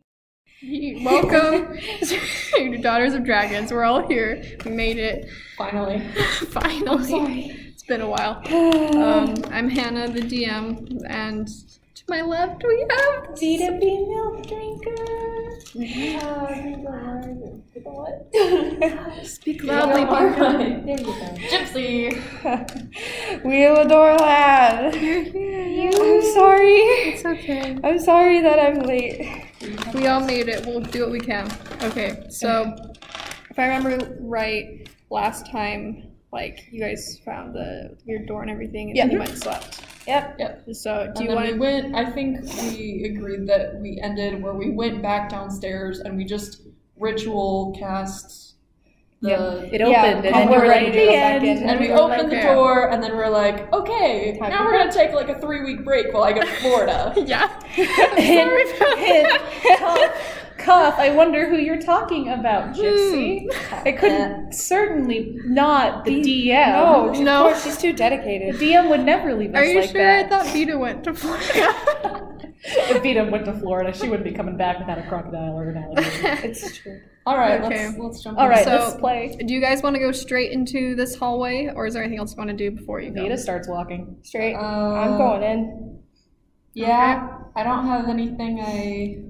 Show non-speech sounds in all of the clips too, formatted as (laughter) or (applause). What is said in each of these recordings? (laughs) Welcome (laughs) to Daughters of Dragons. We're all here. We made it Finally. (laughs) finally. sorry. It's been a while. Um, Um, I'm Hannah, the DM, and to my left we have Dita be milk drinker. Speak Loudly Parker. Gypsy. (laughs) Wheelador lad. You're here. I'm sorry. It's okay. I'm sorry that I'm late. We all made it. We'll do what we can. Okay, so if I remember right, last time, like, you guys found the your door and everything, and Yeah. then you went and slept. Yep. So, do and you then want we to. went. I think we agreed that we ended where we went back downstairs and we just ritual cast the. It yeah, oh, opened and then we're you were ready like, to go back in. And we We're like opened the there. door, and then we're like, okay, Time now to we're gonna take like a three week break while I go to (laughs) Florida. (laughs) Yeah. hint, hint, help, cuff. I wonder who you're talking about, Gypsy. It couldn't certainly not the DM. No, No. no. Of course, she's too The dedicated. DM would never leave us Are you like sure? I that. thought Vita went to (laughs) Florida. If Vita went to Florida, she wouldn't be coming back without a crocodile or (laughs) an alligator. It's true. All right, Okay. let's let's jump. All right, So- let's play. do you guys want to go straight into this hallway, or is there anything else you want to do before you go? Vita starts walking. Straight. In. I'm Uh, going in. Yeah, I don't have anything. I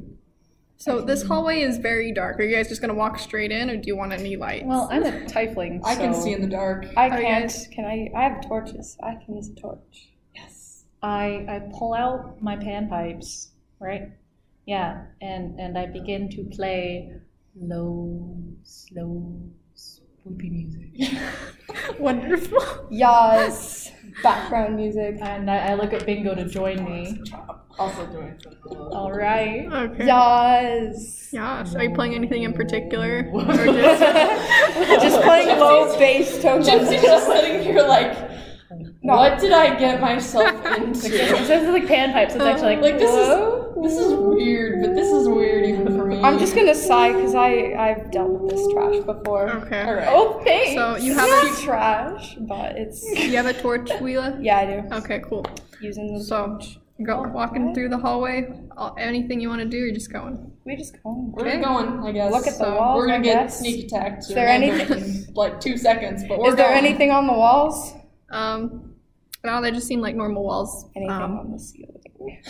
So this hallway is very dark. Are you guys just gonna walk straight in, or do you want any lights? Well, (laughs) I'm a tiefling, I can so see in the (laughs) dark. I Are you can't. guys- Can I? I have torches. I can use a torch. Yes. I, I pull out my panpipes, right? Yeah, and, and I begin to play low, slow, swoopy music. wonderful. Yes. Background music. And I, I look at Bingo to join me. Also doing. All right. Okay. Yes. Yes. Are you playing anything in particular, or just (laughs) Just playing low bass tone. Gypsy just sitting here like, No. what did I (laughs) get myself into? It says it's like panpipes. It's actually like, Like, this is- whoa. this is weird, but this is weird even for me. I'm just gonna sigh because I I've dealt with this trash before. okay? All right. Oh, thanks. So you have Not a- trash, but it's You have a torch, Wheela. yeah I do Okay, cool. using the. So go walking through the hallway. Uh, Anything you want to do, you're just going. we just go. We're Okay. going, I guess. Look at the so walls, We're gonna I get guess. sneak attacked. Is there like two seconds, but we're Is there going. anything on the walls? Um, no, they just seem like normal walls. Anything Um, (laughs) on the ceiling?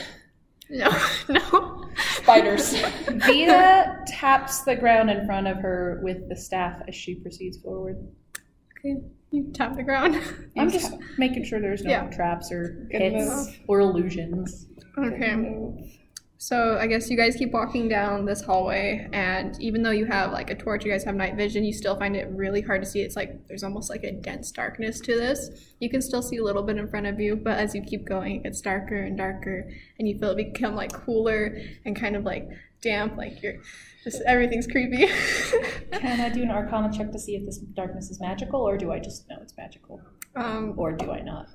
no, no. spiders? (laughs) (laughs) Vita taps the ground in front of her with the staff as she proceeds forward. Okay, you tap the ground. I'm just making sure there's no Yeah. traps or Good hits or illusions. Okay, so I guess you guys keep walking down this hallway, and even though you have like a torch, you guys have night vision, you still find it really hard to see. It's like there's almost like a dense darkness to this. You can still see a little bit in front of you, but as you keep going, it gets darker and darker, and you feel it become like cooler and kind of like damp, like you're just everything's creepy. (laughs) Can I do an arcana check to see if this darkness is magical, or do I just know it's magical? um, Or do I not?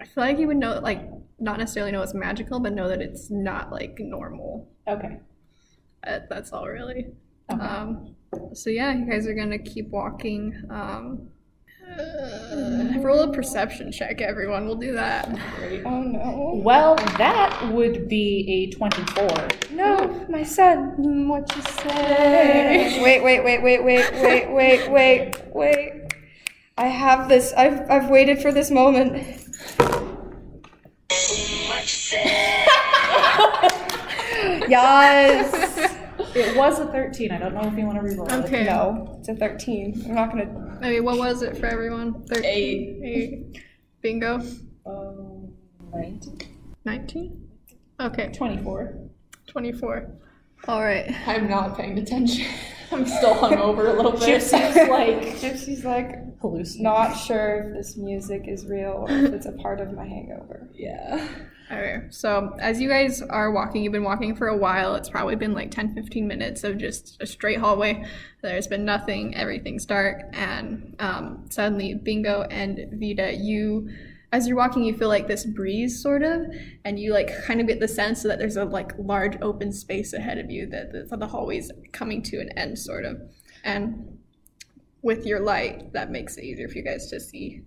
I feel like you would know, like, not necessarily know it's magical, but know that it's not like normal. Okay. Uh, that's all really. Okay. Um, so yeah, you guys are gonna keep walking. Um, uh, roll a perception check, everyone. We'll do that. Oh no. Well, that would be a 24. No, my son. Mm, What you say? Wait, wait, wait, wait, wait, wait, wait, wait, wait. I have this. I've I've waited for this (laughs) moment. yes. It was a 13. I don't know if you want to reroll it. Okay. No, it's a thirteen. I'm not gonna. Okay, what was it for everyone? Thirteen. Eight. Eight. Bingo. Um, right. Nineteen. Okay. 24. Twenty-four. All right. I'm not paying attention. (laughs) I'm still hungover a little bit. Gypsy's like Gypsy's like hallucinating. not sure if this music is real or if it's a part of my hangover. Yeah. Okay, so as you guys are walking, you've been walking for a while. It's probably been like 10, 15 minutes of just a straight hallway. There's been nothing, everything's dark. And um, suddenly, Bingo and Vita, you, as you're walking, you feel like this breeze sort of, and you like kind of get the sense that there's a like large open space ahead of you, that the, that the hallway's coming to an end sort of. And with your light, that makes it easier for you guys to see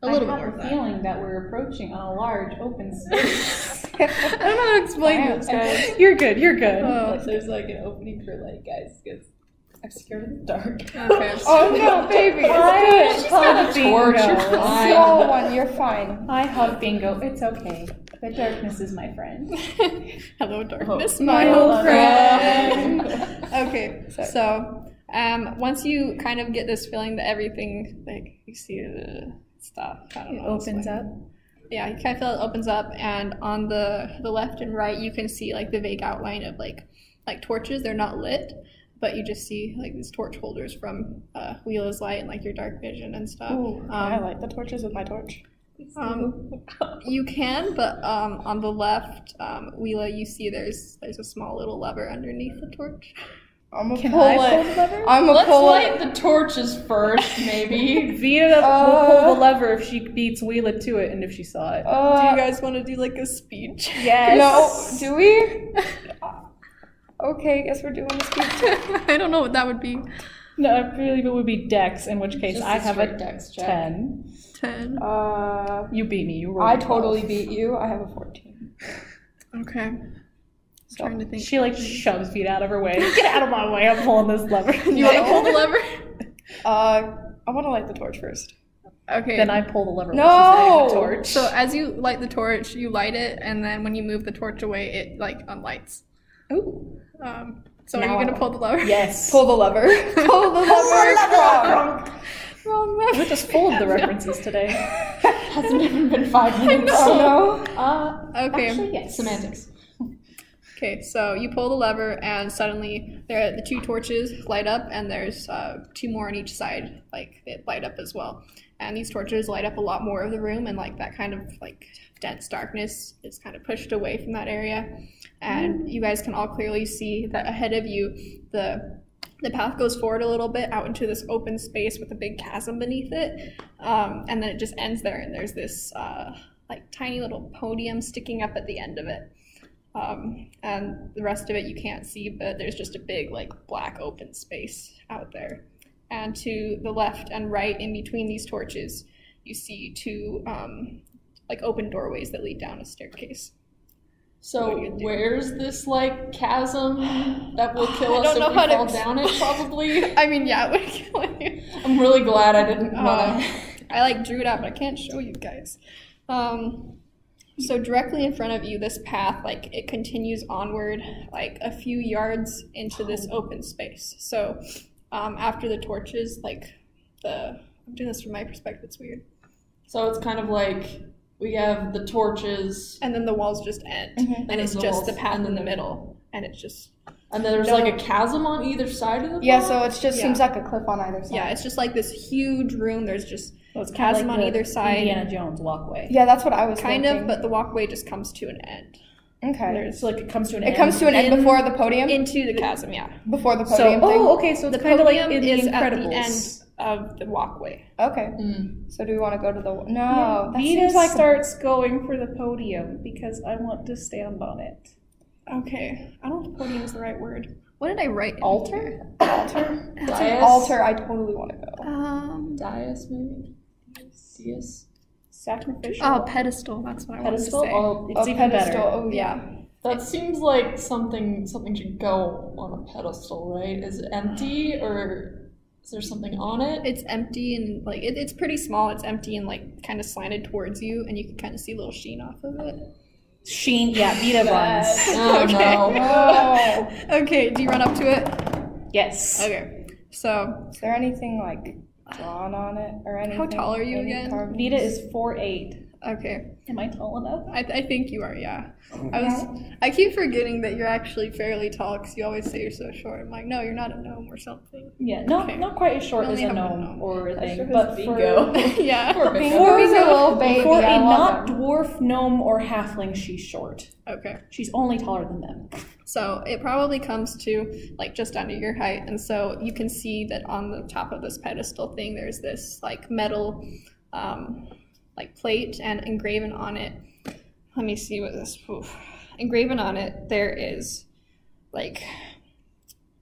a little I bit more have of a that. feeling that we're approaching on a large open space. (laughs) I don't know how to explain this, guys. You're good. You're good. Oh, There's like an opening for like guys because I'm scared of the dark. okay. (laughs) Oh no, baby, it's good. She's got a torch, bingo. you're fine. Small one, you're fine. I have bingo. It's okay. The darkness is my friend. (laughs) Hello, Oh. darkness, My my old old friend. (laughs) friend. okay, so um, once you kind of get this feeling that everything, like you see the stuff, I don't It know, opens it's like- up. Yeah, you kind of feel it opens up, and on the the left and right, you can see like the vague outline of like like torches. They're not lit, but you just see like these torch holders from uh, Wheel is Light and like your dark vision and stuff. um, I light the torches with my torch. um, you can, but um, on the left, um, Wheela, you see there's there's a small little lever underneath the torch. I'm gonna Can pull I pull the it. lever? I'm gonna Let's pull light it. the torches (laughs) first, maybe. Vita will Uh, pull the lever if she beats Wheela to it and if she saw it. do you Uh, guys want to do like a speech? no, do we? (laughs) Okay, guess we're doing this. (laughs) I don't know what that would be. No, I believe it would be Dex, in which case Just I have straight a dex check. 10. Ten. Uh, You beat me. You rolled I a 12. totally beat you. I have a 14. Okay. I'm trying to think. She like shoves Vita out of her way. Get out of my way. I'm pulling this (laughs) lever. you want to pull (laughs) the lever? Uh, I want to light the torch first. Okay. Then I pull the lever. No! while she's lighting the torch. so as you light the torch, you light it, and then when you move the torch away, it like unlights. Ooh. Um, so Now are I you gonna pull the lever? (laughs) Yes. Pull the lever. Pull the lever. (laughs) Wrong lever. We're just full of the references (laughs) today. Hasn't even (laughs) been five minutes. (laughs) oh no. Uh, Okay. Actually, yes. Semantics. Okay, so you pull the lever, and suddenly there the two torches light up, and there's uh, two more on each side, like it light up as well. And these torches light up a lot more of the room, and like that kind of like dense darkness is kind of pushed away from that area. And you guys can all clearly see that ahead of you, the the path goes forward a little bit out into this open space with a big chasm beneath it, um, and then it just ends there. And there's this uh, like tiny little podium sticking up at the end of it. Um, and the rest of it you can't see, but there's just a big, like, black open space out there. And to the left and right, in between these torches, you see two, um, like, open doorways that lead down a staircase. What do So you do? where's this like chasm (sighs) that will kill I us don't if know we how to fall (laughs) down it? Probably. I mean, yeah, (laughs) it would kill you. I'm really glad I didn't Um, want to. I, like, drew it out, but I can't show you guys. Um, so directly in front of you, this path, like, it continues onward, like, a few yards into this open space. So um, after the torches, like the I'm doing this from my perspective, it's weird. So it's kind of like we have the torches, And then the walls just end, and, And it's then the just the walls- path in the middle, and it's just and then there's No. like a chasm on either side of the. Yeah, path? so it just Yeah. seems like a cliff on either side. yeah, it's just like this huge room. There's just Well, it's kinda chasm on the either side, Indiana Jones walkway. Yeah, that's what I was kind thinking. of, but the walkway just comes to an end but okay. It's like it comes to an end. It comes to an end in- before the podium. into the chasm. Yeah, before the So, podium oh, okay. So the it's kind of like podium in is the at Incredibles. the end of the walkway. thing. Okay. Mm. So do we want to go to the? No, that Venus seems like starts going for the podium because I want to stand on it. Okay, I don't know if podium is the right word. What did I write? Altar? altar. That's a- Dais? Altar. I totally want to go. Um. Dais, maybe. Dais. Sacrificial? Oh, pedestal. That's what I pedestal? wanted to say. Oh, it's A even pedestal. better. Oh yeah. yeah. That seems like something something should go on a pedestal, right? Is it empty or is there something on it? It's empty and like it, it's pretty small. It's empty and like kind of slanted towards you, and you can kind of see a little sheen off of it. Sheen, yeah, Vita runs. Oh (laughs) no. Oh. Okay, (laughs) do you run up to it? Yes. Okay. So Is there anything like drawn on it or anything? tall are you Any again? carvings? Vita is four eight. okay, Am I tall enough? I, I think you are. Yeah. I was. I keep forgetting that you're actually fairly tall because you always say you're so short. I'm like, no, you're not a gnome or something. (laughs) Yeah, no, Okay. not quite as short Only as a have one gnome gnome. or a thing, sure but as for, (laughs) bingo. yeah. Poor Bingo. Poor little baby. for I a love not him. dwarf gnome or halfling, she's short. Okay. She's only taller than them. So it probably comes to like just under your height, and so you can see that on the top of this pedestal thing, there's this like metal, um, like plate, and engraven on it. Let me see what this. oof. Engraven on it, there is, like,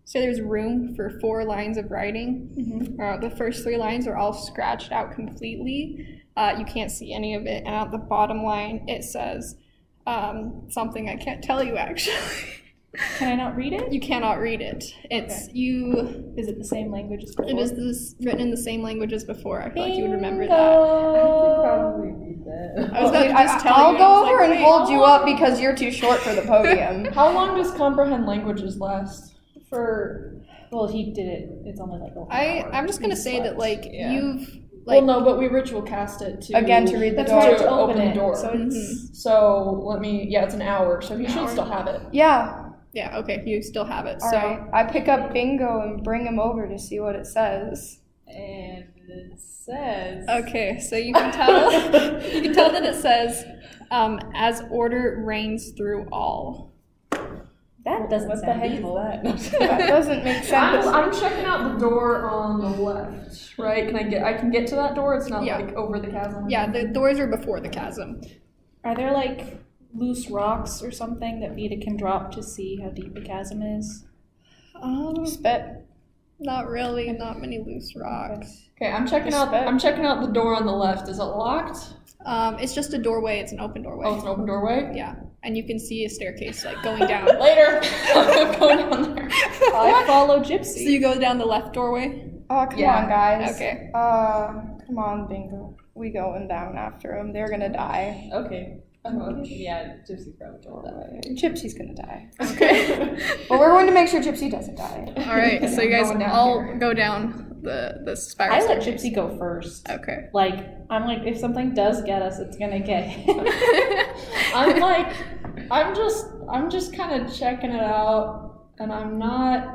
so there's room for four lines of writing. Mm-hmm. Uh, the first three lines are all scratched out completely. Uh, you can't see any of it, and at the bottom line, it says um, something I can't tell you actually. Can I not read it? you cannot read it. It's you. Is it the same language as before? It is this, written in the same language as before. I feel like you would remember that. Bingo. (laughs) I was about to Oh, I, just tell I'll you. I go was over like, and wait. hold you up because you're too (laughs) short for the podium. How long does comprehend languages last? For Well, he did it. It's only like a I I'm just gonna say that like Yeah. you've like well, no, but we ritual cast it to Again, to read the That's door. why it's to open open the it, door. Mhm. So it's So let me. Yeah, it's an hour, so he should still have it. Yeah, yeah okay you still have it. all so right. I pick up Bingo and bring him over to see what (laughs) it says. And it says. okay, so you can (laughs) tell you can tell that it says um, as order reigns through all. that doesn't What the sound heck is evil. that? That doesn't make I'm, sense. Oh, I'm checking out the door on the left, right? Can I get? I can get to that door. It's not Yeah. like over the (laughs) chasm. Yeah, the doors are before the chasm. (laughs) Are there like loose rocks or something that Vita can drop to see how deep the chasm is? Um, Spit. not really. Not many loose rocks. Okay, I'm checking out. Respect. I'm checking out the door on the left. Is it locked? Um, it's just a doorway. It's an open doorway. Oh, it's an open doorway. Yeah, and you can see a staircase like going (laughs) down. (laughs) Later, I'm going down there. I follow so Gypsy. you go down the left doorway. Oh, come Yeah, on, guys. okay. Uh, come on, Bingo. We going down after him. They're gonna die. okay. Oh, yeah, Gypsy probably told that way. Gypsy's gonna die. (laughs) Okay. But we're going to make sure Gypsy doesn't (laughs) die. all right. So you guys Going down all here. go down the the spiral. I let staircase. Gypsy go first. (laughs) Okay. Like I'm like, if something does get us, it's gonna get him. (laughs) (laughs) I'm like, I'm just, I'm just kind of checking it out, and I'm not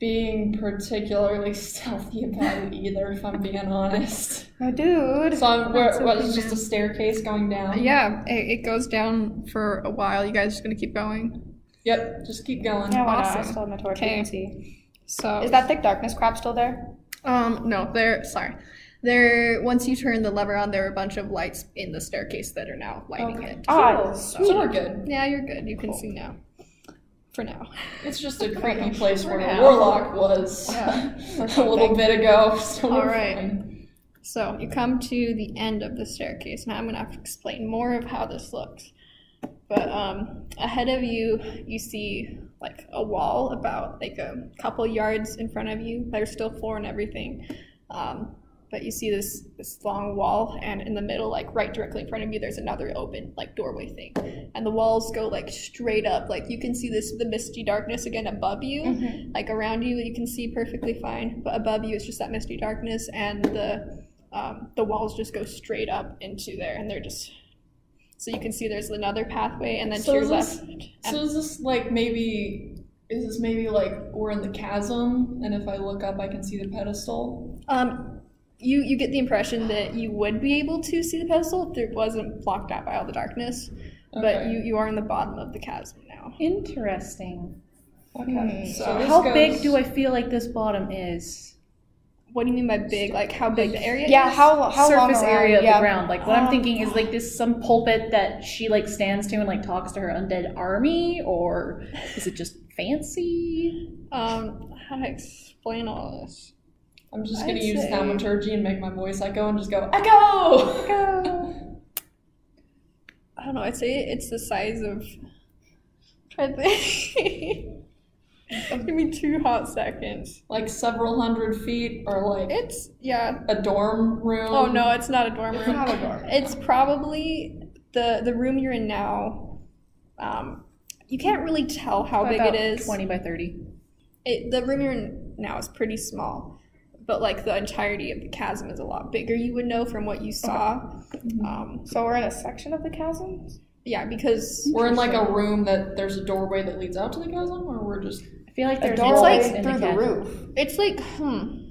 being particularly (laughs) stealthy about it either, if I'm being honest. My Oh, dude. So I'm, where, That's what, okay, it's just a staircase going down. yeah, it, it goes down for a while. You guys just gonna keep going. Yep, just keep going. Yeah, why not? I Awesome. still have my torch. Okay. You can see. So Is that thick darkness crap still there? um no there sorry there once you turn the lever on there are a bunch of lights in the staircase that are now lighting it. Ah, So we're good. Yeah, you're good. You can see now. For now. It's just a creepy place where Yeah. the warlock was (laughs) (laughs) a little bit ago. (laughs) So All we're right. fine. So you come to the end of the staircase. Now I'm gonna have to explain more of how this looks. But um, ahead of you, you see like a wall about like a couple yards in front of you. There's still floor and everything, um, but you see this this long wall, and in the middle, like right directly in front of you, there's another open like doorway thing, and the walls go like straight up. Like you can see this the misty darkness again above you, Mm-hmm. like around you you can see perfectly fine, but above you it's just that misty darkness, and the um, the walls just go straight up into there, and they're just so you can see there's another pathway, and then So to your is left. this- So is this like maybe? Is this maybe like we're in the chasm, and if I look up, I can see the pedestal? Um, you you get the impression that you would be able to see the pedestal if it wasn't blocked out by all the darkness, but Okay. you you are in the bottom of the chasm now. Interesting. Hmm. Okay. So this How goes- big do I feel like this bottom is? What do you mean by big? Like how big the area? Yeah, is? how, how long surface around? area of yeah. the ground. Like what I'm (gasps) Oh. thinking is like this some pulpit that she like stands to and like talks to her undead army, or is it just fancy? Um, how to explain all this? I'm just gonna I'd use say- thaumaturgy and make my voice echo and just go echo. I don't know. I'd say it's the size of. Try to think. (laughs) Give me two hot seconds. like several hundred feet, or like It's yeah. a dorm room. Oh no, it's not a dorm room. Not a door. It's probably the the room you're in now. Um, you can't really tell how big About it is. Twenty by thirty. It, the room you're in now is pretty small, but like the entirety of the chasm is a lot bigger. You would know from what you saw. Um, So we're in a section of the chasm? yeah, because We're in like a room that there's a doorway that leads out to the chasm, or we're just I feel like A there's doorway holes in through the cat- roof. it's like hmm.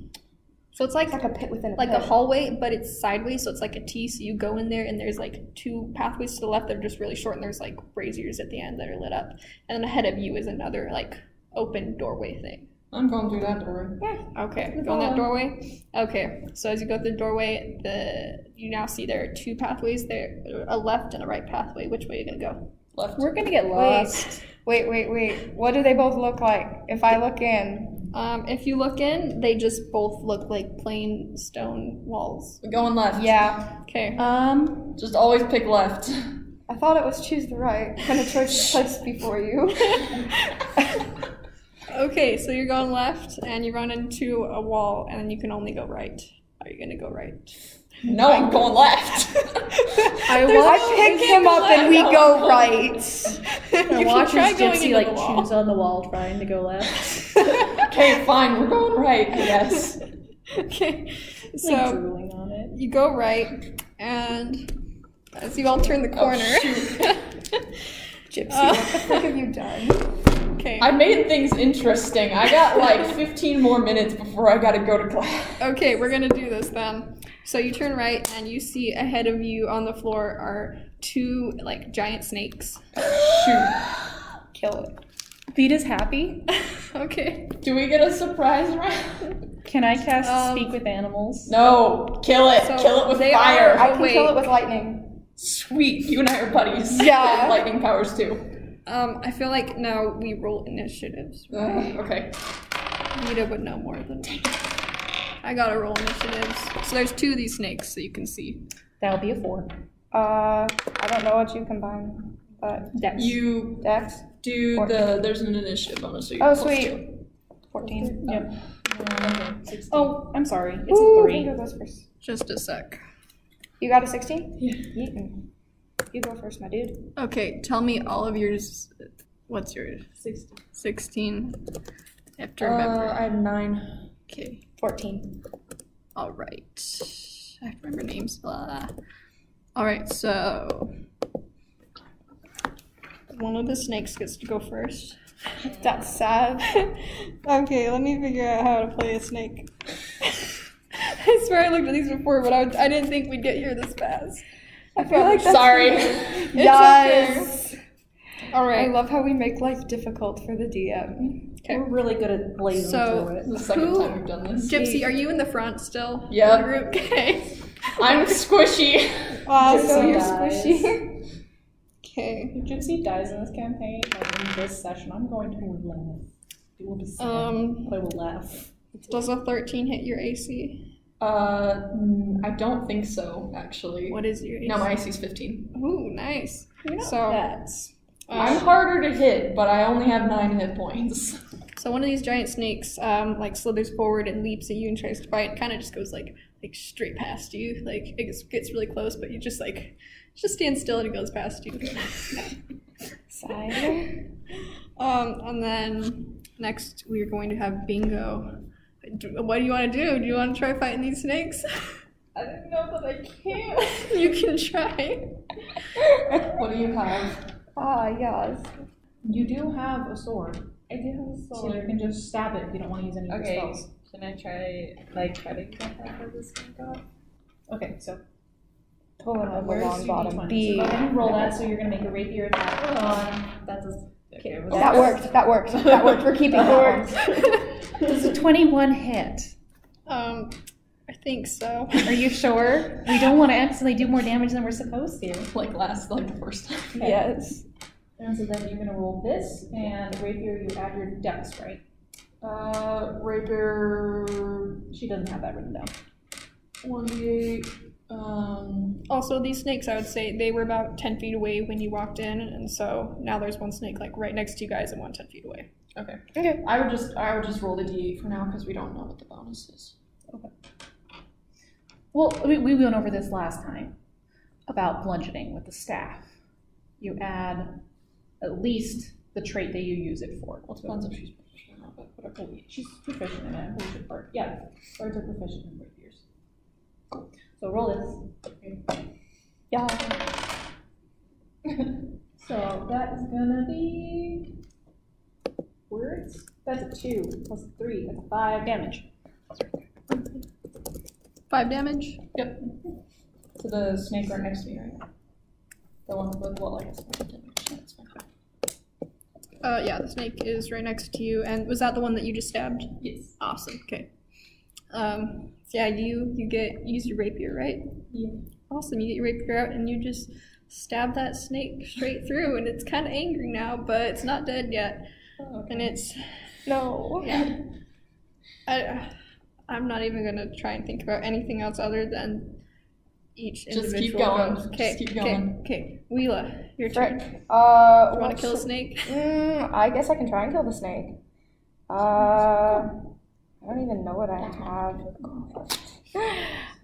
So it's like It's like a pit within a like pit. a hallway, but it's sideways, so it's like a T. So you go in there, and there's like two pathways to the left that are just really short, and there's like braziers at the end that are lit up, and then ahead of you is another like open doorway thing. I'm going through that doorway. Okay, go in that doorway. Okay, so as you go through the doorway, the you now see there are two pathways there, a left and a right pathway. Which way are you gonna go? Left. We're gonna get lost. Wait, wait, wait. What do they both look like? If I look in, Um, if you look in, they just both look like plain stone walls. We're going left. yeah. Okay. Um, Just always pick left. (laughs) I thought it was choose the right kind of choice placed before you. Okay, so you're going left and you run into a wall and you can only go right. Are you gonna go right? No, I'm going left. (laughs) (laughs) (laughs) I, I pick him up and we go right. (laughs) I You can watch try as going Gypsy into like the wall. chews on the wall, trying to go left. okay, fine. We're going right. I guess. (laughs) Okay, so. like drooling on it. You go right, and as you all turn Oh, the corner, (laughs) Gypsy, Uh. what the frick have you (laughs) done? (laughs) okay, I made things interesting. I (laughs) got like 15 more minutes before I got to go to class. okay, we're gonna do this then. So you turn right, and you see ahead of you on the floor are two like giant snakes. (laughs) Shoot. Kill it. Vita's happy. okay, Do we get a surprise round? Can I cast Um, Speak with Animals? No. Kill it. So kill it with they fire. are- I can Wait. kill it with lightning. Sweet. You and I are buddies. Yeah. And (laughs) lightning powers too. um, I feel like now we roll initiatives. Uh, Right? okay. Rita would know more than me. I gotta roll initiatives. So there's two of these snakes that you can see. That'll be a four. Uh, I don't know what you combine, but That's You Dex. do Fourteen. the. There's an initiative bonus. So you're Oh plus two. sweet. Fourteen. Yep. Okay, Oh, I'm sorry. It's Ooh, a three. Bingo goes first. Just a sec. You got a sixteen? Yeah. Yeetin. You go first, my dude. Okay, tell me all of yours. What's yours? 16. 16. I have to Uh, remember. I had nine. okay. Fourteen. All right. I have to remember names. Blah. All right. So one of the snakes gets to go first. That's sad. (laughs) okay. Let me figure out how to play a snake. (laughs) I swear I looked at these before, but I, I didn't think we'd get here this fast. I (laughs) feel like that's Sorry. (laughs) Yes. All I right. love how we make life difficult for the DM. Okay. We're really good at blazing So- through it. This is the second Who- time we've done this. Gypsy, are you in the front still? Yep. In the group? (laughs) Okay. I'm squishy. Wow, so Gypsy you're dies. squishy. Okay. If Gypsy dies in this campaign, like in this session, I'm going to laugh. It will be sad. Um. I will laugh. Does a 13 hit your AC? Uh, mm, I don't think so, actually. What is your AC? No, my IC's 15. Ooh, nice. so. uh, That's Oh, I'm harder to hit, but I only have nine hit points. (laughs) So one of these giant snakes um, like slithers forward and leaps at you and tries to bite. Kind of just goes like like straight past you. Like it gets, gets really close, but you just like just stand still and it goes past you. Sigh. um, and then next we are going to have bingo. Do- What do you want to do? Do you want to try fighting these snakes? (laughs) I didn't know that I can't. you can try. What do you have? Ah, yes. You do have a sword, I do have a so you can just stab it if you don't want to use any of Okay. your spells. Can I try, like, cutting that out of this out? Okay, so Uh, Pulling on the where's long your bottom. D20? B. So I'm gonna roll that, so you're gonna make a rapier attack on. That's a, okay. was- That worked. That worked. That worked. (laughs) We're keeping that one. Does a 21 hit? Um, I think so. Are you sure? We don't want to accidentally do more damage than we're supposed to. Like, last, like, the first time. Okay. Yes. And so then you're gonna roll this, and rapier you add your dex, right? Uh, Rapier She doesn't have that written down. 1d8. Um, Also, these snakes, I would say, they were about 10 feet away when you walked in, and so now there's one snake like right next to you guys and one 10 feet away. okay. Okay. I would just, I would just roll the d8 for now, because we don't know what the bonus is. Well, we, we went over this last time about bludgeoning with the staff. You add at least the trait that you use it for. Well, it depends if she's proficient or not, but whatever. Okay, she's proficient in it. Who's your bird? Yeah, birds are proficient in rapiers. So roll this. Yeah. So that is gonna be words. That's a two plus a three. That's a five damage. Five damage? Yep. To the snake right next to me, right? The one with what, like, it's not damage. That's fine. Uh, yeah, the snake is right next to you, and was that the one that you just stabbed? Yes. Awesome. Okay. Um, so yeah, you you get you use your rapier, right? Yeah. Awesome. You get your rapier out, and you just stab that snake straight through, and it's kind of angry now, but it's not dead yet, Oh, and it's No. (laughs) yeah. I I'm not even gonna try and think about anything else other than each Just keep individual going. goes. Just Okay, keep okay, going. Okay, Wheela, your turn. Frick. Uh, You want what to kill a should- snake? Mm, I guess I can try and kill the snake. Uh, I don't even know what I have. (laughs)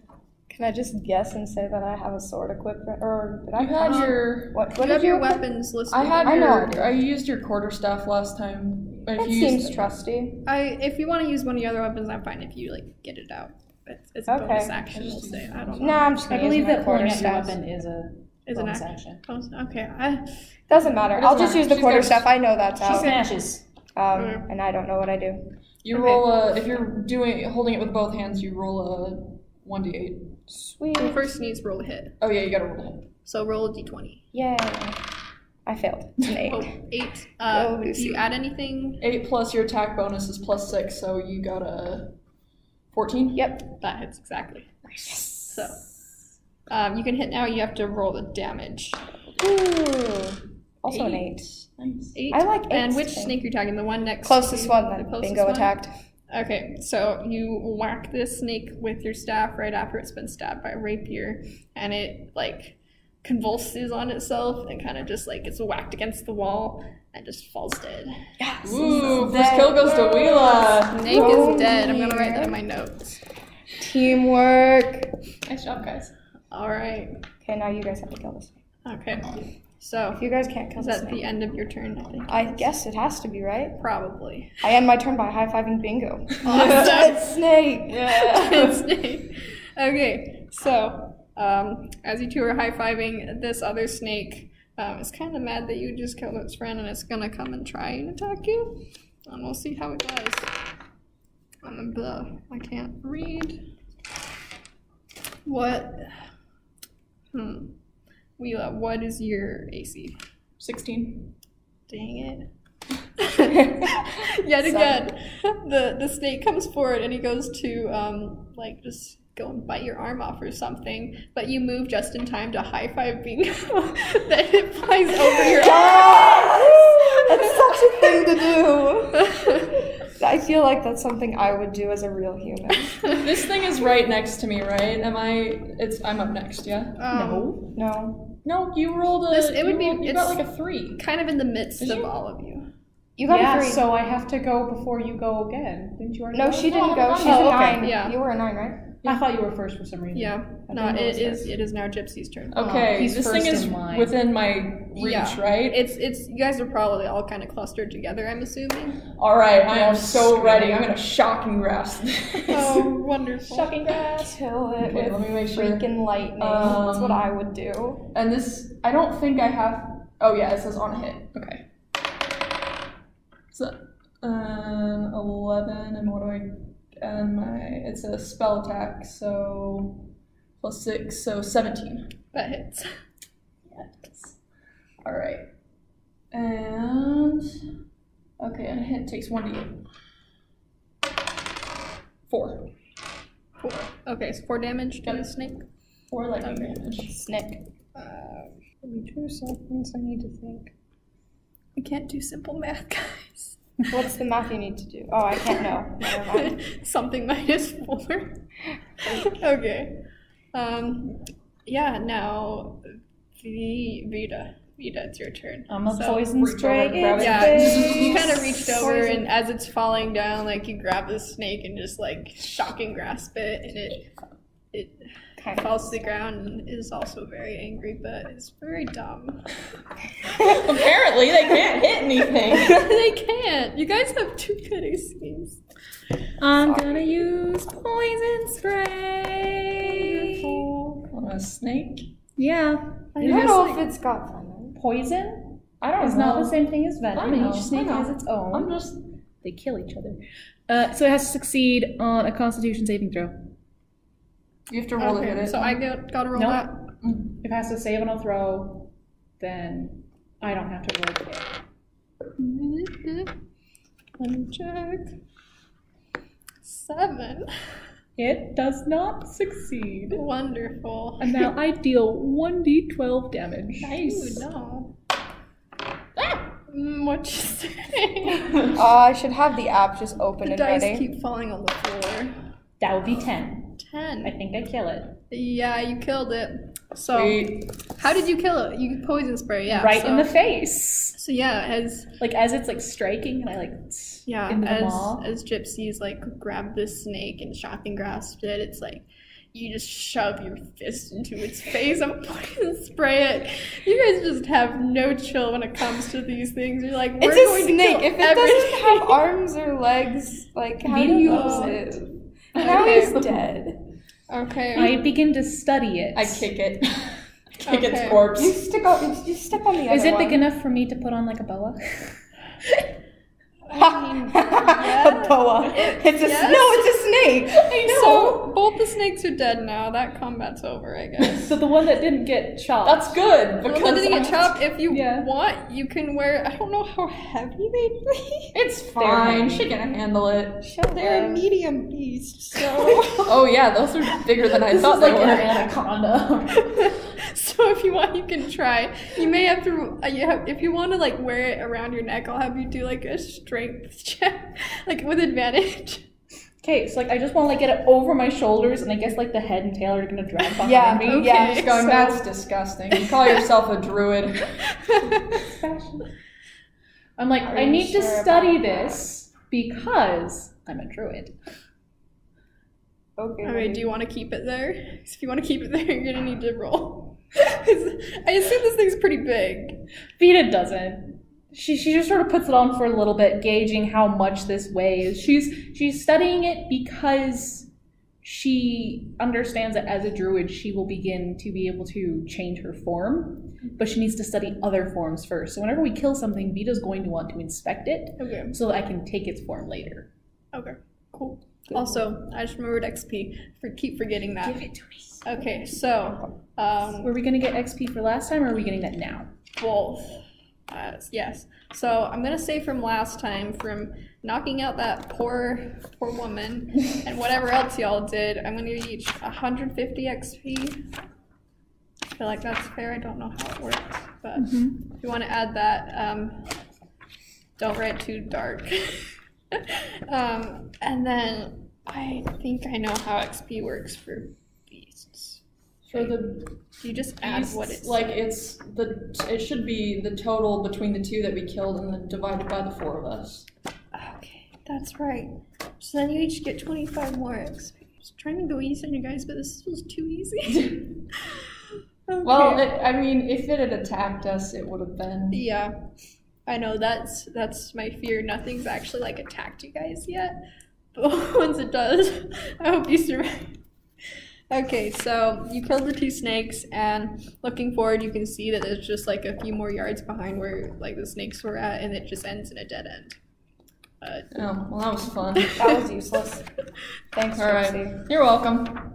Can I just guess and say that I have a sword equipped, or did I You had have your. What, You what have did you your equip? weapons listed. I had Um, I your. know. I used your quarter staff last time. But if That you used- seems trusty. I if you want to use one of your other weapons, I'm fine. If you like get it out, it's, it's a Okay. bonus action. We'll say I don't know. No, I'm just I gonna believe use my that pulling out your quarterstaff. weapon is a Is an bonus action. action. Bonus- Okay, I, Doesn't matter. It I'll doesn't just matter. use the She's quarter gonna- stuff. I know that's She out. smashes. Um, and I don't know what I do. You Okay. roll a. If you're doing holding it with both hands, you roll a one d eight. Sweet. well, first needs roll a hit. Oh yeah, you gotta roll it. So roll a d20. Yay. I failed. It's Oh, an (laughs) eight. Oh, eight. Uh, Go, do you Lucy. add anything? Eight plus your attack bonus is plus six, so you got a fourteen. Yep. That hits exactly. So um, you can hit now. You have to roll the damage. Ooh. Also an eight. Nice. Eight. I like And eights, which I think. snake you're tagging? The one next. Closest to- one the that closest bingo one? attacked. Okay, so you whack this snake with your staff right after it's been stabbed by a rapier, and it like convulses on itself and kind of just like gets whacked against the wall and just falls dead. Yes. Ooh, first kill goes to Wheela. Snake Oh, is dead. I'm gonna write dear. that in my notes. Teamwork. Nice job, guys. All right. Okay, now you guys have to kill this. snake. Okay. So If you guys can't kill is this that the snake, end of your turn? I think. I guess it has to be right. Probably. I end my turn by high (laughs) fiving bingo. (laughs) Awesome. Dead snake. snake. (laughs) Okay, so um, as you two are high fiving, this other snake um, is kind of mad that you just killed its friend and it's gonna come and try and attack you. And we'll see how it does. Um, blah, I can't read. What? Hmm. Wheela, what is your AC? Sixteen. Dang (laughs) it. (laughs) Yet again, the, the snake comes forward and he goes to, um, like, just go and bite your arm off or something, but you move just in time to high five Bingo (laughs) that it flies over your Ah! that's such a thing to do. (laughs) I feel like that's something I would do as a real human. (laughs) This thing is right next to me, right? Am I? It's I'm up next, yeah. arm. Um, No. No, you rolled a. This- it you would be- rolled- You got it's- like a three. Kind of in the midst Did of you? all of you. You got yeah, a three. so I have to go before you go again. Didn't you already? no, go? she didn't go. She's Oh, a okay, nine. yeah. You were a nine, right? I thought you were first for some reason. Yeah. No, think I it was is first. it is now Gypsy's turn. Okay, he's this first thing is in line. within my reach, Yeah. right? It's it's you guys are probably all kind of clustered together, I'm assuming. All right, I am so screaming. ready. I'm gonna shocking grasp this. (laughs) (laughs) Oh, wonderful. shocking grasp. Kill it Okay, let me make sure. freaking lightning. that's what Um, I would (laughs) do. And this, I don't think I have. Oh yeah, it says on hit. Okay. So, um, eleven, and what do I? And my, it's a spell attack, so plus six, so seventeen. That hits. All right. And okay, and a hit takes one d eight. Four. Four. Okay, so four damage to Yep. the snake. Four lightning damage. Snick. Uh, Give me two seconds. I need to think. we can't do simple math, (laughs) guys. What's the math you need to do? Oh, I (laughs) can't know. Never mind. Something minus four. (laughs) okay. Um, yeah, now V Vita. Vita, it's your turn. I'm a So, poison reach spray. over, grab it. it. Yeah, (laughs) you, kind of reached over, Poison. and as it's falling down, like you grab the snake and just like shocking grasp it, and it it Kind of. falls to the ground and is also very angry, but it's very dumb. (laughs) Apparently, they can't hit (laughs) anything. they can't. You guys have two good ACs. I'm gonna use poison spray. a snake. Yeah. I don't know if it's got venom. Poison I don't is know. not the same thing as I venom. know, Each snake I know. has its own. I'm just They kill each other. Uh, so it has to succeed on a Constitution saving throw. You have to roll to hit Okay, it. so I got, gotta roll No. that. If it has to save on a throw, then I don't have to roll for it. Mm-hmm. Let me check. Seven. It does not succeed. Wonderful. And now I deal 1d12 damage. Ooh, no. Mm, what you say? (laughs) Uh, I should have the app just open the and dice ready. keep falling on the floor. That would be 10. I 10. think I kill it. Yeah, you killed it. So, Sweet. how did you kill it? You poison spray, yeah. right so, in the face. So, yeah, as Like as it's like striking and I like tss, yeah, into the as, wall. as gypsies like grab the snake and shocking grasp it, it's like you just shove your fist into its face and (laughs) poison spray it. You guys just have no chill when it comes to these things. You're like, we're It's going a snake. to If kill it everything. doesn't have arms or legs, like how We do you don't live? (laughs) Now he's dead. Okay. I begin to study it. I kick it. (laughs) kick Okay. its (laughs) You corpse. (laughs) stick on. You step on the other Is it one. big enough for me to put on like a boa? (laughs) a boa. It's a s- no. It's a snake. So both the snakes are dead now. That combat's over, I guess. so the one that didn't get chopped. That's good (laughs) because Well, did I'm- get chopped? If you Yeah. want, you can wear. I don't know how heavy they'd (laughs) be. It's fine. She can handle it. They're a medium beast, so Oh yeah, those are bigger than I thought like they (laughs) an were. anaconda. (laughs) (laughs) so if you want, you can try. You may have to. uh, You have, if you want to like wear it around your neck, I'll have you do like a strength (laughs) check, like with advantage. (laughs) okay, so like I just want to like get it over my shoulders, and I guess like the head and tail are gonna drag (laughs) behind Yeah, me. yeah. Okay. it's Going, so- that's disgusting. You call yourself a druid. I'm like, Are I you need to sure study about that? this because I'm a druid. Okay. All right, do you want to keep it there? 'Cause if you want to keep it there, (laughs) you're gonna need to roll. (laughs) 'Cause I assume this thing's pretty big. Vita doesn't. She she just sort of puts it on for a little bit, gauging how much this weighs. She's she's studying it because she understands that as a druid she will begin to be able to change her form, but she needs to study other forms first. So whenever we kill something, Vita's going to want to inspect it Okay. so that I can take its form later. Okay. Cool. Also, I just remembered XP. For keep forgetting that. Give it to me. Okay, so um, Were we gonna get XP for last time, or are we getting that now? both. Uh, yes. So I'm gonna say from last time, from knocking out that poor poor woman and whatever else y'all did, I'm gonna get each 150 XP. I feel like that's fair. I don't know how it works, but if you want to add that, um, don't write too dark. (laughs) um, and then I think I know how XP works for beasts. (laughs) For the You just add beasts, what it's like it's the it should be the total between the two that we killed and then divided by the four of us. Okay, that's right. So then you each get 25 more XP. I was trying to go easy on you guys, but this feels too easy. (laughs) Okay. Well, it, I mean, if it had attacked us, it would have been. yeah, I know that's that's my fear. Nothing's actually like attacked you guys yet, (laughs) but once it does, (laughs) I hope you survive. Okay, so you killed the two snakes, and looking forward, you can see that there's just like a few more yards behind where like the snakes were at, and it just ends in a dead end. Oh, well, that was fun. That (laughs) was useless. Thanks, All right. Gypsy. (laughs) You're welcome.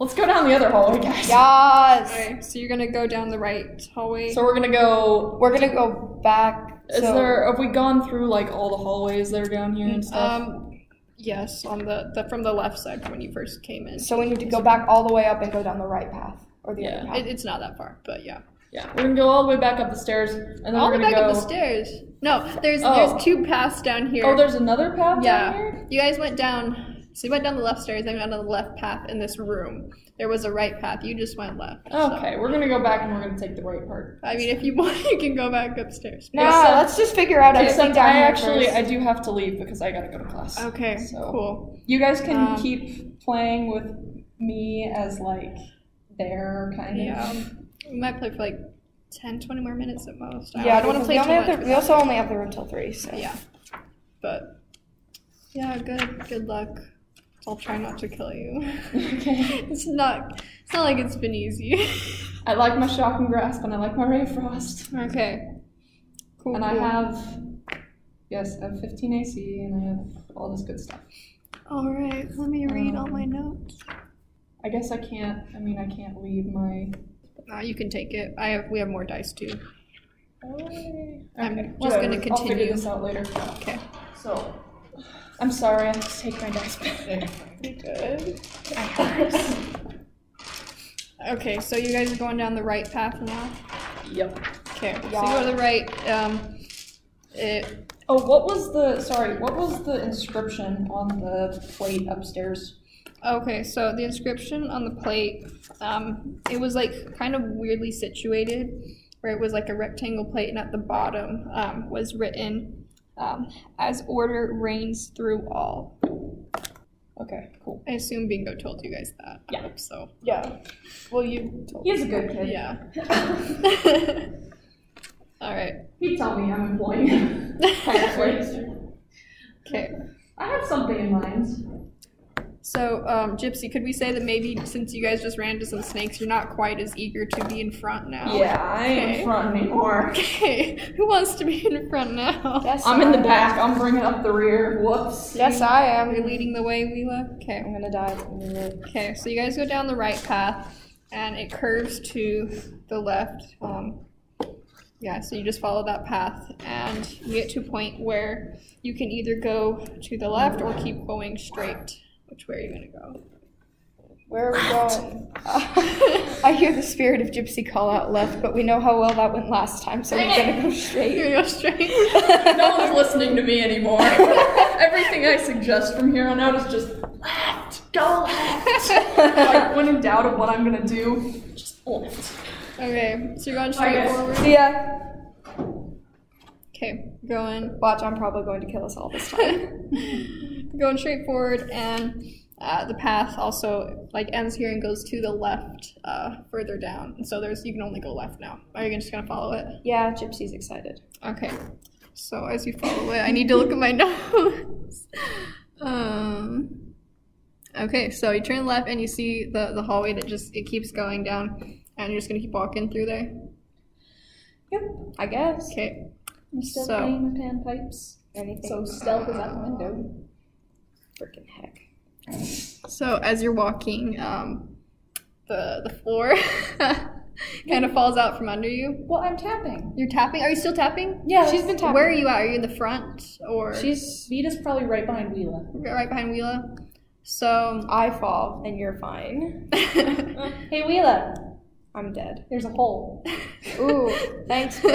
Let's go down the other hallway, guys. Yes. Okay, so you're gonna go down the right hallway. So we're gonna go. We're gonna go back. Is so- there? Have we gone through like all the hallways that are down here and stuff? Um, yes, on the, the from the left side from when you first came in. So we need to go back all the way up and go down the right path or the Yeah. other path. It, it's not that far, but yeah. yeah, we're gonna go all the way back up the stairs, and then All we're the gonna back go. of the stairs. No, there's Oh. there's two paths down here. Oh, there's another path yeah. down here. You guys went down. So you went down the left stairs. I went down the left path in this room. There was a right path. You just went left. so- Okay, we're gonna go back and we're gonna take the right part. I mean, if you (laughs) want, you can go back upstairs. no, except- let's just figure out everything Except down I here actually first. I do have to leave because I gotta go to class. Okay. So- Cool. You guys can Um, keep playing with me as like their kind of. Yeah. We might play for like 10, 20 more minutes at most. I yeah, don't want to because play we, too only much. have the, we also only have the room till three. So Yeah. But yeah, good good luck. I'll try not to kill you. (laughs) Okay. It's not it's not like it's been easy. I like my shock and grasp, and I like my ray frost, okay. Cool. and I cool. have yes, I have 15 AC, and I have all this good stuff. All right, let me read all my notes. I guess I can't. I mean, I can't leave my. No, Ah, you can take it. I have we have more dice too. Okay, I'm just whatever. gonna I'll figure continue. this out later. Okay. So, I'm sorry. I have to take my dice back. Good. okay, so you guys are going down the right path now. yep. Okay. So you Yeah. go to the right. Um, it, Oh, what was the sorry? What was the inscription on the plate upstairs? Okay, so the inscription on the plate, um, it was like kind of weirdly situated, where it was like a rectangle plate, and at the bottom um, was written, um, "As order reigns through all." Okay, cool. I assume Bingo told you guys that. I Yeah. hope so. Yeah. Well, you told He's a good kid. Yeah. (laughs) all right. (laughs) He tell me I'm employing him. (laughs) Okay. I have something in mind. So, um, Gypsy, could we say that maybe since you guys just ran into some snakes, you're not quite as eager to be in front now? Yeah, I ain't in front anymore. (laughs) Okay, who wants to be in front now? Yes, I'm in the I- back. I'm bringing up the rear. Whoops. Yes, I am. You're leading the way, Wheela? Okay. I'm gonna die in a minute. Okay, so you guys go down the right path, and it curves to the left. Um, yeah, so you just follow that path, and you get to a point where you can either go to the left or keep going straight. Which way are you going to go? Where are we going? I hear the spirit of Gypsy call out left, but we know how well that went last time, so we're gonna go (laughs) (laughs) straight. You're going to go straight. No one's listening to me anymore. (laughs) Everything I suggest from here on out is just left, go left. like when in doubt of what I'm gonna do, just left. Okay, so you're going straight guess. forward. See ya. Okay, going. Watch, I'm probably going to kill us all this time. (laughs) going straight forward and uh, the path also like ends here and goes to the left uh, further down and so there's you can only go left now are you just gonna follow it yeah, Gypsy's excited. okay so as you follow it i need to look at my (laughs) notes um, okay so you turn left and you see the, the hallway that just it keeps going down and you're just gonna keep walking through there Yep, I guess. okay I'm still So- playing my panpipes. Anything. So stealth is out the window. freaking heck. So as you're walking, um, the the floor (laughs) kind of falls out from under you. Well, I'm tapping. You're tapping. Are you still tapping? Yeah, she's been tapping. Where are you at? Are you in the front or She's. Vita's probably right behind Wheela. right behind Wheela? So I fall, and you're fine. Hey, Wheela, I'm dead. there's a hole. Ooh, (laughs) thanks, bro.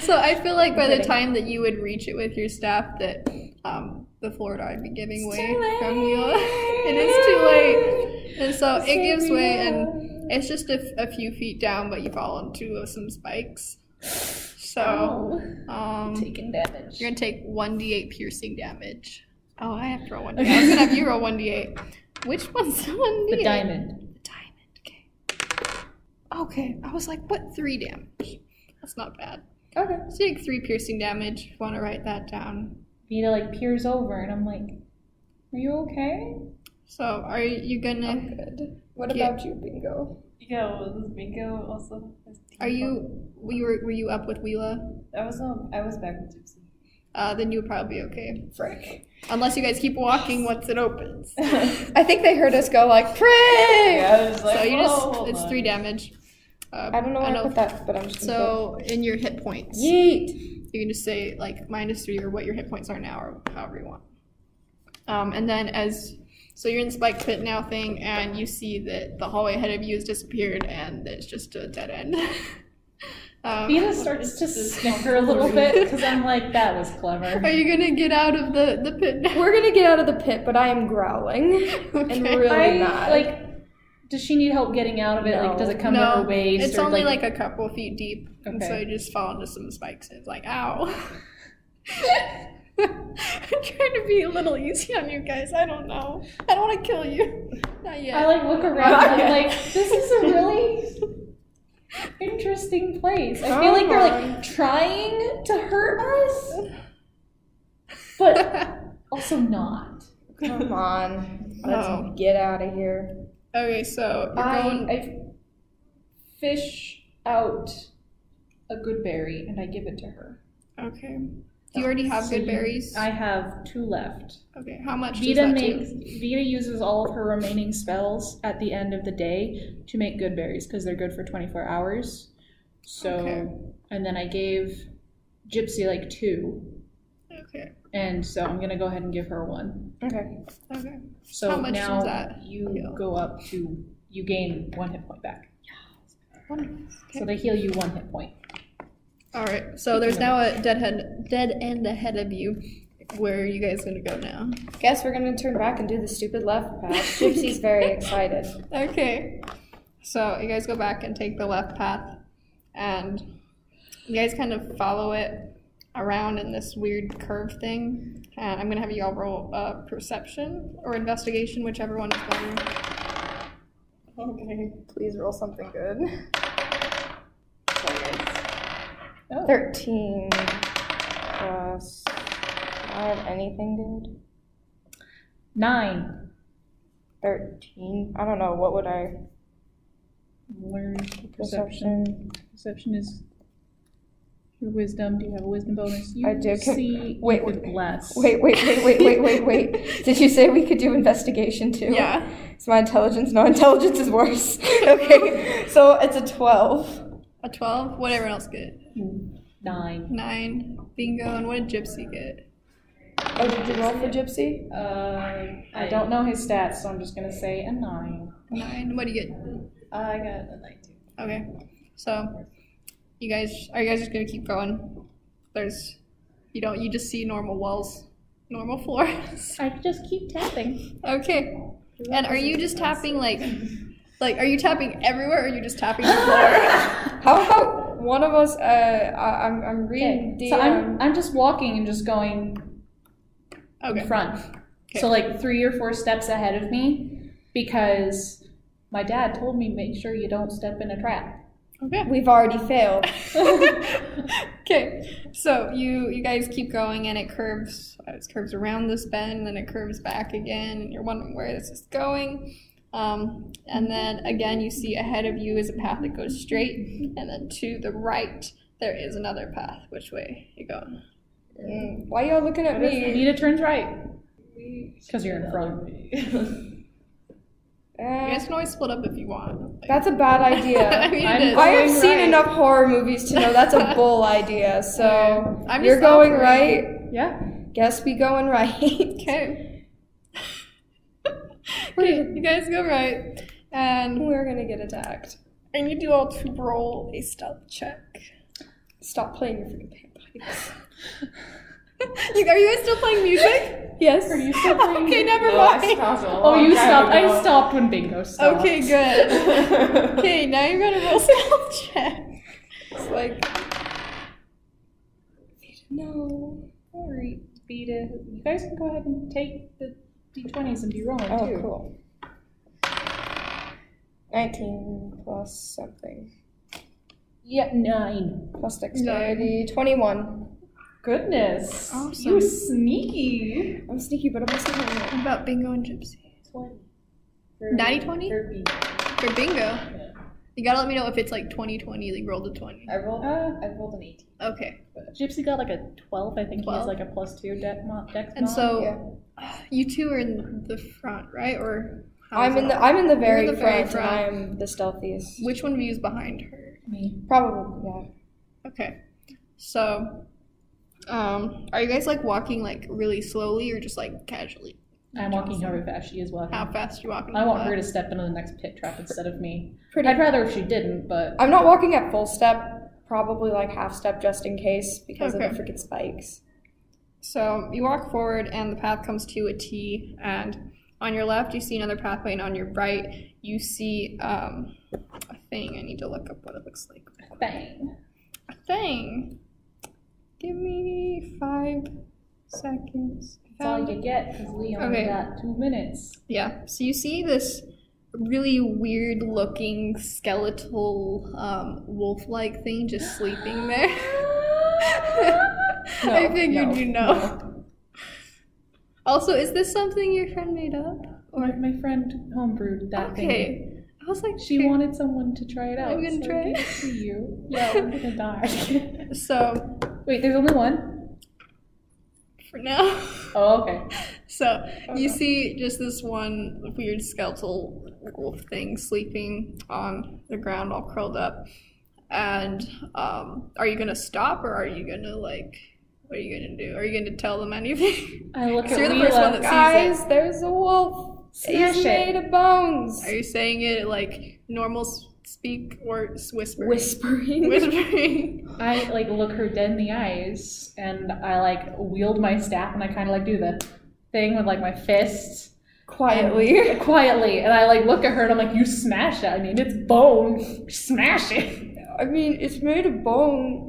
so I feel like by the time that you would reach it with your staff, that um, the Florida would be giving way from Wheela. (laughs) it is too late, and so it gives way, and it's just a, f- a few feet down, but you fall into uh, some spikes. So um, Taking damage. You're gonna take one d8 piercing damage. Oh, I have to roll one. d8. I was gonna have (laughs) you roll one d8. Which one's the one The d8? diamond. The diamond. Okay. Okay. I was like, what? Three damage. That's not bad. okay. So you take three piercing damage. If you want to write that down. Vita like peers over, and I'm like, "Are you okay?" So are you gonna? Good. What Yeah. about you, Bingo? Yeah, well, this Bingo also. has Are you? Were you, were you up with Wheela? I was um, I was back with Gypsy. Uh, then you would probably be okay. Frick. Unless you guys keep walking once it (laughs) opens. I think they heard us go like, pray! I was so you just, it's three damage. Uh, I don't know where I, know. put that, but I'm just gonna go. So in your hit points. Yeet! you can just say like minus three or what your hit points are now or however you want. Um, and then as so you're in the spike pit now thing and you see that the hallway ahead of you has disappeared and it's just a dead end. (laughs) um, Vita starts to snicker a little bit because I'm like, "That was clever." are you gonna get out of the the pit now? We're gonna get out of the pit, but I am growling. And Okay. really I not. like. Does she need help getting out of it? Like, does it come to her no, waist? it's or, only like, a couple feet deep, and so Okay. you just fall into some spikes and it's like ow. (laughs) I'm trying to be a little easy on you guys. I don't know. I don't want to kill you. Not yet. I (laughs) like look around. I'm like, this is a really interesting place. I feel like they're like trying to hurt us, but also not. (laughs) Come on. Let's Oh. get out of here. (laughs) Okay, so you're I, going. I fish out a good berry and I give it to her. Okay. Do you already have So good you- berries? I have two left. okay. How much does Vita that makes do? Vita uses all of her remaining spells at the end of the day to make good berries because they're good for 24 hours. So, Okay. and then I gave Gypsy like two, Okay. and so I'm gonna go ahead and give her one. Okay. Okay. So How much now is that? you Heal. go up to you gain one hit point back. Wonderful. So they heal you one hit point. All right. So there's now a dead head, dead end ahead of you. Where are you guys gonna go now? Guess we're gonna turn back and do the stupid left (laughs) path. Gypsy's very excited. Okay. So you guys go back and take the left path, and you guys kind of follow it around in this weird curve thing. And I'm gonna have you all roll uh, perception or investigation, whichever one is better. Okay. Please roll something good. Oh. Thirteen plus. Do I have anything, dude? Nine. Thirteen. I don't know. What would I? Learn Perception. Perception is your wisdom. Do you have a wisdom bonus? You I do. Can- see wait, with wait, less. Wait, wait, wait, wait, wait, wait, (laughs) wait. Did you say we could do investigation too? Yeah. Is my intelligence? No, intelligence is worse. (laughs) okay. So it's a twelve. A twelve. What did everyone else get? Nine. Nine. Bingo. And what did Gypsy get? Oh, did you roll for Gypsy? Uh, I don't know his stats, so I'm just gonna say a nine. Nine. What do you get? I got a 19. Okay. So, you guys are you guys just gonna keep going? There's, you don't you just see normal walls, normal (laughs) floors. I just keep (laughs) tapping. okay. And are you just tapping like, like are you tapping everywhere or are you just tapping the (laughs) floor? How about one of us? Uh, I, I'm I'm reading the. Okay. So um, I'm I'm just walking and just going in Okay. front. So like three or four steps ahead of me because my dad told me make sure you don't step in a trap. Okay. We've already failed. (laughs) okay. So you you guys keep going and it curves uh, it curves around this bend, then it curves back again, and you're wondering where this is going. Um, and then again, you see ahead of you is a path that goes straight, and then to the right there is another path. Which way you going? Mm, Why y'all looking at me? Anita turns right because you're in front. You Eh, guys can always split up if you want. Like- that's a (laughs) bad I idea. mean, I'm- it is. I have Going seen right. enough horror movies to know that's a bull idea. So I'm you're just going operating. right. (laughs) Yeah. Guess we going right. Okay. (laughs) okay. You guys go right, and (laughs) We're gonna get attacked. I need you all to roll a stealth check. Stop playing your freaking bagpipes. Like, are you guys still playing music? Yes. okay, never mind. Oh, you stopped. I stopped when Bingo stopped. Okay, good. okay, now you're gonna roll (laughs) stealth check. It's like. No. All right, Vita. You guys can go ahead and take the d20s and be rolling Oh, too. cool. 19 plus something. Yeah, nine. Plus dexterity. 21. Goodness. Awesome. You sneaky. I'm sneaky, but I'm also not. What about bingo and gypsy? 20. 90 20? For me. For bingo? You gotta let me know if it's like 20 20, like roll the 20. I rolled. Uh, I rolled an 18. Okay. Gypsy got like a 12. I think he has 12? like a plus two de- mo- dex. And mod. so you two are in the front, right? Or how is I'm in it? the I'm in the very You're the very front. front. I'm the stealthiest. Which one of you is behind her? Probably, yeah. Okay. So, um, are you guys like walking like really slowly or just like casually? I'm walking however fast she is walking. How fast are you walking? I want her to step into the next pit trap instead of me. Pretty. I'd rather if she didn't, but I'm not walking at full step. Probably like half step just in case because of Okay. the freaking spikes. So you walk forward, and the path comes to a T. And on your left, you see another pathway, and on your right, you see um, a thing. I need to look up what it looks like. bang. A thing. Give me five seconds. That's all you get because Leon Okay. got two minutes. Yeah. So you see this really weird looking skeletal um, wolf like thing just sleeping there. (laughs) I No, figured no, you know. Also, is this something your friend made up? My, my friend homebrewed that thing. Okay. I was like, She okay. wanted someone to try it out. I'm gonna so try I it. gave to (laughs) you. Yeah, I'm gonna die. (laughs) So Wait, there's only one. for now, (laughs) Oh, okay. so you see just this one weird skeletal wolf thing sleeping on the ground, all curled up. And um, are you gonna stop, or are you gonna like? What are you gonna do? Are you gonna tell them anything? (laughs) I look So at you're the first one Leela. that sees Guys, there's a wolf. Smash He's it. made of bones. it. Are you saying it like normal s- Speak or whisper. Whispering. (laughs) Whispering. I like look her dead in the eyes and I like wield my staff and I kind of like do the thing with like my fist (laughs) Quietly. quietly and I like look at her and I'm like, you smash that. I mean, it's bone. Smash it. (laughs) (laughs) I mean, it's made of bone.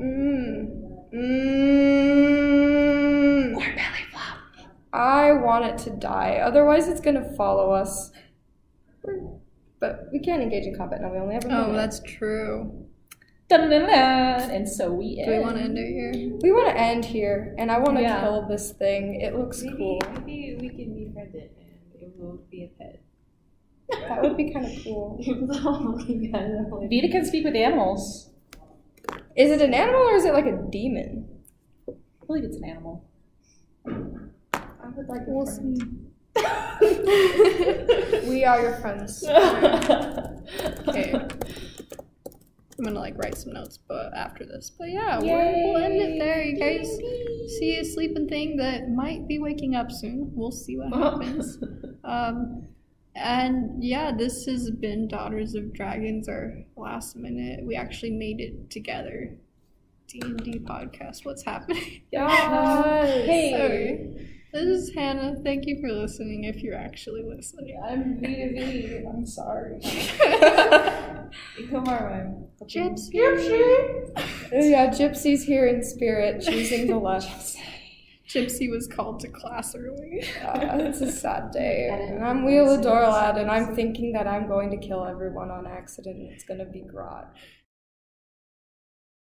Mm. Mm. Or belly flop. I want it to die. Otherwise, it's gonna follow us. We're- But we can't engage in combat now. We only have a minute. (laughs) Oh, that's true. Dun-dun-dun. And so we Do we want to end it here? We want to end here, and I want to Yeah. kill this thing. It looks cool. Maybe, maybe we can befriend it and it will be a pet. That would be kind of cool. oh my god. I'm like- Vita can speak with animals. Is it an animal or is it like a demon? I believe it's an animal. I would like a friend. We are your (laughs) friends. Okay. (laughs) I'm gonna like write some notes, but after this. But yeah, Yay. we'll, we'll end it there, you guys. See a sleeping thing that might be waking up soon. We'll see what happens. um, and yeah, this has been Daughters of Dragons. Our last minute, we actually made it together. D and D podcast. What's happening? (laughs) Hey. Sorry. This is Hannah. Thank you for listening. If you're actually listening. I'm Vita V. I'm sorry. Gypsy. yeah, Gypsy's here in spirit, (laughs) choosing the left. Gypsy was called to class early. Uh, it's a sad day. And I'm Wheel Adorlad, and I'm thinking that I'm going to kill everyone on accident. and It's gonna be grot.